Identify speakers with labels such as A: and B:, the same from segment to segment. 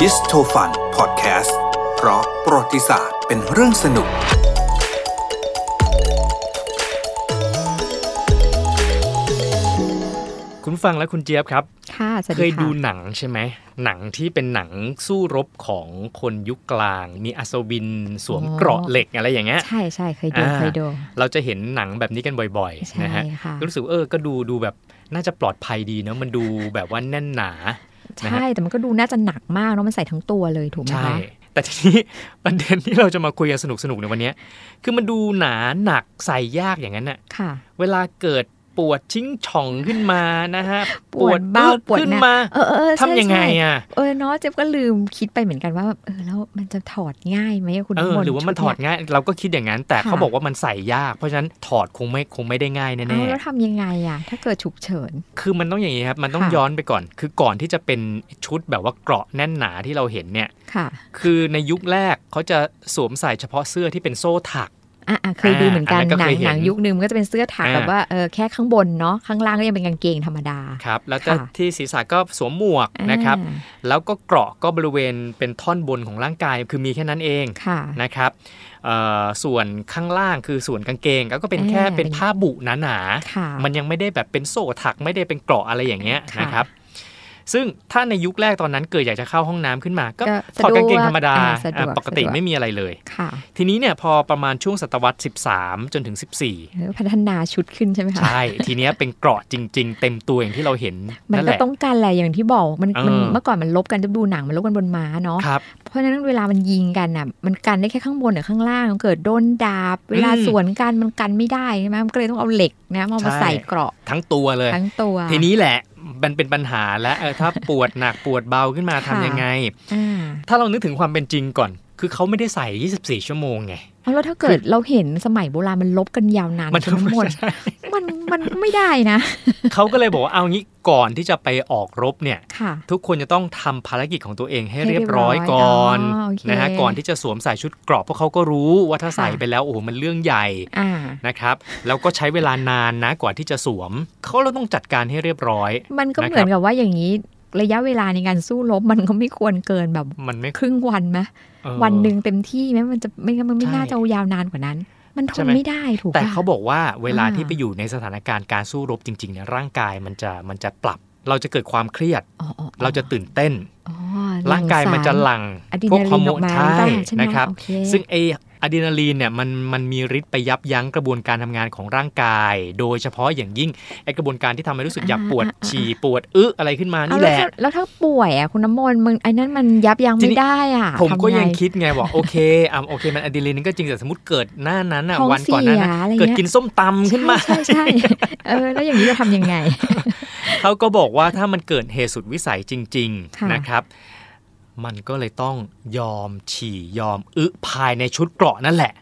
A: ฮิสโ o ฟันพอดแคสต์เพราะประวัติศาสตร์เป็นเรื่องสนุก
B: คุณฟังและคุณเจี๊ยบครับ
C: ค่ะสวัส
B: เค
C: ดี
B: ยดู
C: ค่ะ
B: หนังใช่ไหม หนังที่เป็นหนังสู้รบของคนยุคกลาง มีอัศวินสวมเกราะเหล็กอะไรอย่างเงี้ย
C: ใช่ใช่เคยดู
B: อ่า
C: เคยดู
B: เราจะเห็นหนังแบบนี้กันบ่อย
C: ใช่
B: ๆนะฮะ
C: ค่ะ
B: ก็รู้สึกเออ ก็ดูดูแบบน่าจะปลอดภัยดีเนอะมันดูแบบว่าแน่นหนา
C: ใช่แต่มันก็ดูน่าจะหนักมากเนาะมันใส่ทั้งตัวเลยถูกไหม
B: ใช่
C: คะ
B: แต่ทีนี้ ประเด็นที่เราจะมาคุยกันสนุกๆในวันเนี้ยคือมันดูหนาหนักใส่ยากอย่างนั้นน่ะ
C: ค่ะ
B: เวลาเกิดปวดชิงช่องขึ้นมานะฮะ
C: ปวดเบ้า
B: อึ๊ก
C: ปวดหนัก
B: ขึ้นมา
C: เออเออเออใช่
B: ทำยังไง
C: ใช่
B: อ่ะ
C: เออเนาะเจ๊ยบก็ลืมคิดไปเหมือนกันว่าแบบเออแล้วมันจะถอดง่ายไหมะคุณ
B: เออ
C: มนต์
B: หรือว่ามันถอด
C: ชุเ
B: ง่ายเราก็คิดอย่างนั้น แต่
C: ค่ะ
B: เขาบอกว่ามันใส่ยาก เพราะฉะนั้นถอดคงไม่คงไม่ได้ง่าย
C: ย
B: แน่
C: เอาแล้วทำยังไงอ่ะ ถ้าเกิดฉุกเฉิน
B: ๆคือมันต้องอย่างนี้ครับมันต้อง
C: ค่ะ
B: ย้อนไปก่อน คือก่อนที่จะเป็นชุดแบบว่าเกราะแน่นหนาที่เราเห็นเนี่ย
C: ค่ะ
B: คือในยุคแรกเขาจะสวมใส่เฉพาะเสื้อที่เป็นโซ่ถัก
C: อ่ะอ่ะเคย
B: อ่า
C: ดูเหมือนกัน
B: อันนั้นก็
C: หนั
B: เค
C: ง
B: ยเห็น
C: หนังยุคนึงมันก็จะเป็นเสื้อถัก
B: อ่า
C: แบบว่าเออแค่ข้างบนเนาะข้างล่างก็ยังเป็นกางเกงธรรมดา
B: ครับแล้วก็
C: ค่ะ
B: ที่ศีรษะก็สวมหมวก
C: อ่า
B: นะครับ แล้วก็เกราะก็บริเวณเป็นท่อนบนของร่างกายคือมีแค่นั้นเอง
C: ค่ะ
B: นะครับเอ่อส่วนข้างล่างคือส่วนกางเกงก็เป็นแค่
C: อ่า
B: เป็น
C: เป็น
B: ผ้าบุหนาๆ
C: ค่ะ
B: มันยังไม่ได้แบบเป็นโซ่ถักไม่ได้เป็นเกราะอะไรอย่างเงี้ย
C: ค่ะ
B: นะครับ ซึ่งถ้าในยุคแรกตอนนั้นเกิดอยากจะเข้าห้องน้ำขึ้นมา ก็
C: ก็
B: ถอด
C: สะดวก
B: กางเกงธรรมดา
C: อ่าสะดวก
B: อ่าปกติ
C: สะดวก
B: ไม่มีอะไรเลย
C: ค่ะ
B: ทีนี้เนี่ยพอประมาณช่วงศตวรรษ 13 จนถึง 14
C: เออพัฒนาชุดขึ้นใช่ไหมคะ
B: ใช่ ทีเนี้ยเป็นเกราะจริง ๆ เต็มตัวอย่างที่เราเห็น
C: มัน
B: นั่น
C: ก็
B: แหละ
C: ต้องกันแหละอย่างที่บอกมันมัน
B: เออ
C: เมื่อก่อนมันลบกันจะดูหนังมันลบกันบนม้าเนาะ
B: ครับ
C: เพราะฉะนั้นเวลามันยิงกันอ่ะมันกันได้แค่ข้างบนหรือข้างล่างเกิดโดนดาบ เวลาสวนกันมันกันไม่ได้ใช่ไหมมันก็เลยต้องเอาเหล็กนะมา
B: ใช่
C: มาใส่เกราะ
B: ทั้งตัวเลย
C: ทั้งตัว
B: ทีนี้แหละมันเป็นปัญหาและเออถ้าปวดหนักปวดเบาขึ้นมา
C: ค่ะ
B: ทำยังไง
C: อ่า
B: ถ้าเรานึกถึงความเป็นจริงก่อน คือเขาไม่ได้ใส่ 24 ชั่วโมงไง
C: เอาแล้วถ้าเกิดเราเห็นสมัยโบราณมันลบกันยาวนาน
B: มัน
C: จนทั้งหมด
B: ไม่ใช่
C: มันมันไม่ได้นะ
B: เขาก็เลยบอกว่าเอางี้ก่อนที่จะไปออกรบเนี่ย
C: ค่ะ
B: ทุกคนจะต้องทำภารกิจของตัวเองให้
C: ให้เรี
B: เรีย
C: ยบบ ร้
B: ร้
C: อ
B: อย ยก่อน
C: อ๋อโอเค
B: นะฮะก่อนที่จะสวมใส่ชุดเกราะเพราะเขาก็รู้ว่าถ้า
C: ค่ะ
B: ใส่ไปแล้วโอ้โหมันเรื่องใหญ่
C: อ่า
B: นะครับ แล้วก็ใช้เวลานานนะกว่าที่จะสวมเขาเราต้องจัดการให้เรียบร้อย
C: มันก็
B: นะครับ
C: เหมือนกับว่าอย่างนี้ระยะเวลาในการสู้รบมันก็ไม่ควรเกินแบบ
B: มันไม่
C: ครึ่งวันไหม
B: เออ
C: วันหนึ่งเต็มที่ไหมมันจะไม่งั้นมันไม่
B: ใช่
C: น่าจะยาวนานกว่านั้น มันท
B: ใช่
C: น
B: ไหม
C: ไม่ได้ถูก
B: แต่
C: ปะ
B: เขาบอกว่าเวลา
C: อ่า
B: ที่ไปอยู่ในสถานการณ์การสู้รบจริงๆเนี่ยร่างกายมันจะมันจะปรับ เราจะเกิดความเครียด
C: อ๋ออ๋ออ๋อ
B: เราจะตื่นเต้น
C: อ๋อ
B: ร่างกายมันจะหลั่ง
C: อะดรี
B: พวก
C: นา
B: ฮอร์
C: ลีน
B: โม
C: ออนกมา
B: ใช่
C: หรือเปล่าใช่ไหม
B: นะครับ
C: โอเ
B: ซึ่งไออะดรีนาลีนเนี่ยมันมันมีฤทธิ์ไปยับยั้งกระบวนการทำงานของร่างกาย โดยเฉพาะอย่างยิ่งไอกระบวนการที่ทำให้รู้สึกอยากปวด
C: อ่าอ่าอ่า
B: ฉี่ปวดอึะอะไรขึ้นมา
C: เอา
B: นี่
C: แล้
B: แหละ
C: วถ้าแล้วถ้าป่วยอ่ะคุณน้ำมนต์มึงไอ้นั่นมันยับยั้ง
B: ที
C: ไม่
B: นี้
C: ได้อ่ะ
B: ผมก็
C: ทำไ
B: ยังคิดไงว่าโอเคอ่ะโอเคมันอะดรีนาลีนก็จริงแต่สมมติเกิดหน้านั้นอ่ะ
C: ท้อง
B: วันก่อนหน้านั้น
C: เสียอะไรเงี้ย
B: เกิดกินส้มตำขึ้นมา
C: ใช่ใช่ใช่เออแล้วอย่างนี้จะทำยังไง
B: เขาก็บอกว่าถ้ามันเกิดเหตุสุดวิสัยจริง
C: ค่ะ
B: ๆนะครับ มันก็เลยต้องยอมฉี่ยอมอึภายในชุดเกราะนั่นแหละ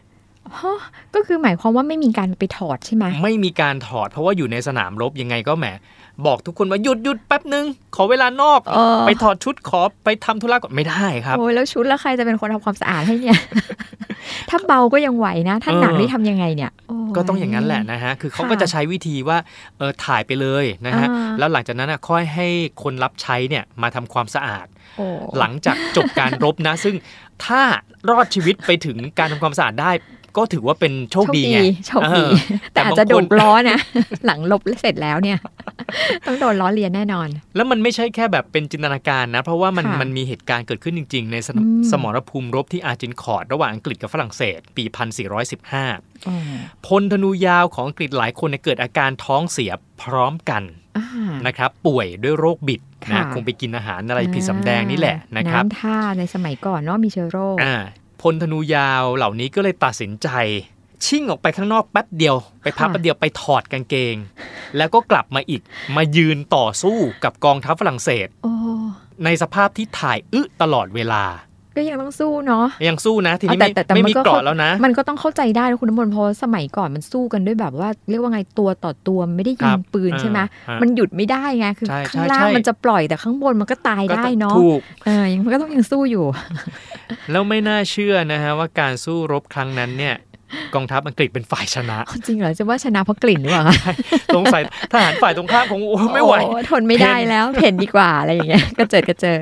C: ฮะก็คือหมายความว่าไม่มีการไปถอดใช่ไหม
B: ไม่มีการถอดเพราะว่าอยู่ในสนามรบยังไงก็แหม บอกทุกคนว่าหยุดหยุดแป๊บหนึ่งขอเวลานอก
C: เออ
B: ไปถอดชุดขอไปทำธุระก่อนไม่ได้ครับ
C: โอ้ยแล้วชุดแล้วใครจะเป็นคนทำความสะอาดให้เนี่ย ถ้าเบาก็ยังไหวนะ ถ้าหนัก
B: เออ
C: นี่ทำยังไงเนี่ยโ
B: ก็ต้องอย่างนั้นแหละนะฮะคือเขาก็จะใช้วิธีว่าเออถ่ายไปเลยนะฮะ
C: อ่า
B: แล้วหลังจากนั้นนะค่อยให้คนรับใช้เนี่ยมาทำความสะอาด
C: โอ้
B: หลังจากจบการรบนะ ซึ่งถ้ารอดชีวิตไปถึงการทำความสะอาดได้ ก็ถือว่าเป็นโชคดีไง
C: โชค
B: เอ
C: ดี
B: อ แต่
C: แต่อาจจะ
B: บางคน
C: โดนล้อนะ หลังลบเสร็จแล้วเนี่ย ต้องโดนล้อเลียนแน่นอน
B: แล้วมันไม่ใช่แค่แบบเป็นจินตนาการนะ เพราะว่ามัน
C: ค่ะ
B: มันมีเหตุการณ์เกิดขึ้นจริง ๆ ในสน
C: อืม
B: สมรภูมิรบที่อาร์จินคอร์ดระหว่างอังกฤษกับฝรั่งเศส ปี 1415 พลธนูยาวของอังกฤษหลายคนเนี่ยเกิดอาการท้องเสียพร้อมกัน
C: อ่า
B: นะครับ ป่วยด้วยโรคบิดนะ
C: ค่ะ
B: คงไปกินอาหารอะไรผิดสำแดงนี่แหละนะครับ
C: น้ำท่าในสมัยก่อนเนาะมีเชื้อโรค
B: อ่าพลธนูยาวเหล่านี้ก็เลยตัดสินใจ ชิ่งออกไปข้างนอกแป๊บเดียว ไปพับ
C: ค่ะ
B: แป๊บเดียวไปถอดกางเกง แล้วก็กลับมาอีกมายืนต่อสู้กับกองทัพฝรั่งเศส
C: โอ้
B: ในสภาพที่ถ่ายอึตลอดเวลา
C: ก็ยังต้องสู้เนาะ
B: ยังสู้นะ ทีนี้
C: เอา
B: ไม่
C: แต่แต่แต่
B: ไม่
C: มัน
B: มี
C: ก็
B: เกราะแล้วนะ
C: มันก็ต้องเข้าใจได้นะคุณน้ำมนต์เพราะว่าสมัยก่อนมันสู้กันด้วยแบบว่าเรียกว่าไงตัวต่อตัวมันไม่ได้ยิ
B: ครั
C: ง
B: บ
C: ปืนใช่ไหม
B: อ่าฮะ
C: มันหยุดไม่ได้ไงคือ
B: ใช่ใช่
C: ข้างล่าง
B: ใช่
C: มันจะปล่อยแต่ข้างบนมันก็ตาย
B: ก็
C: ได้
B: ต้อง
C: เนาะ
B: ถูก
C: เออยังมันก็ต้องยังสู้อยู่
B: แล้วไม่น่าเชื่อนะฮะว่าการสู้รบครั้งนั้นเนี่ย กองทัพอังกฤษเป็นฝ่ายชนะ
C: จริงเหรอจะว่าชนะเพราะกลิ่นหรือเปล่าคะ
B: สงสัยทหารฝ่ายตรงข้ามคงโอ้ไม่ไหว
C: โอ้ทนไม่ได้แล้วเห็นดีกว่าอะไรอย่างเงี้ย กระเจิดกระเจิง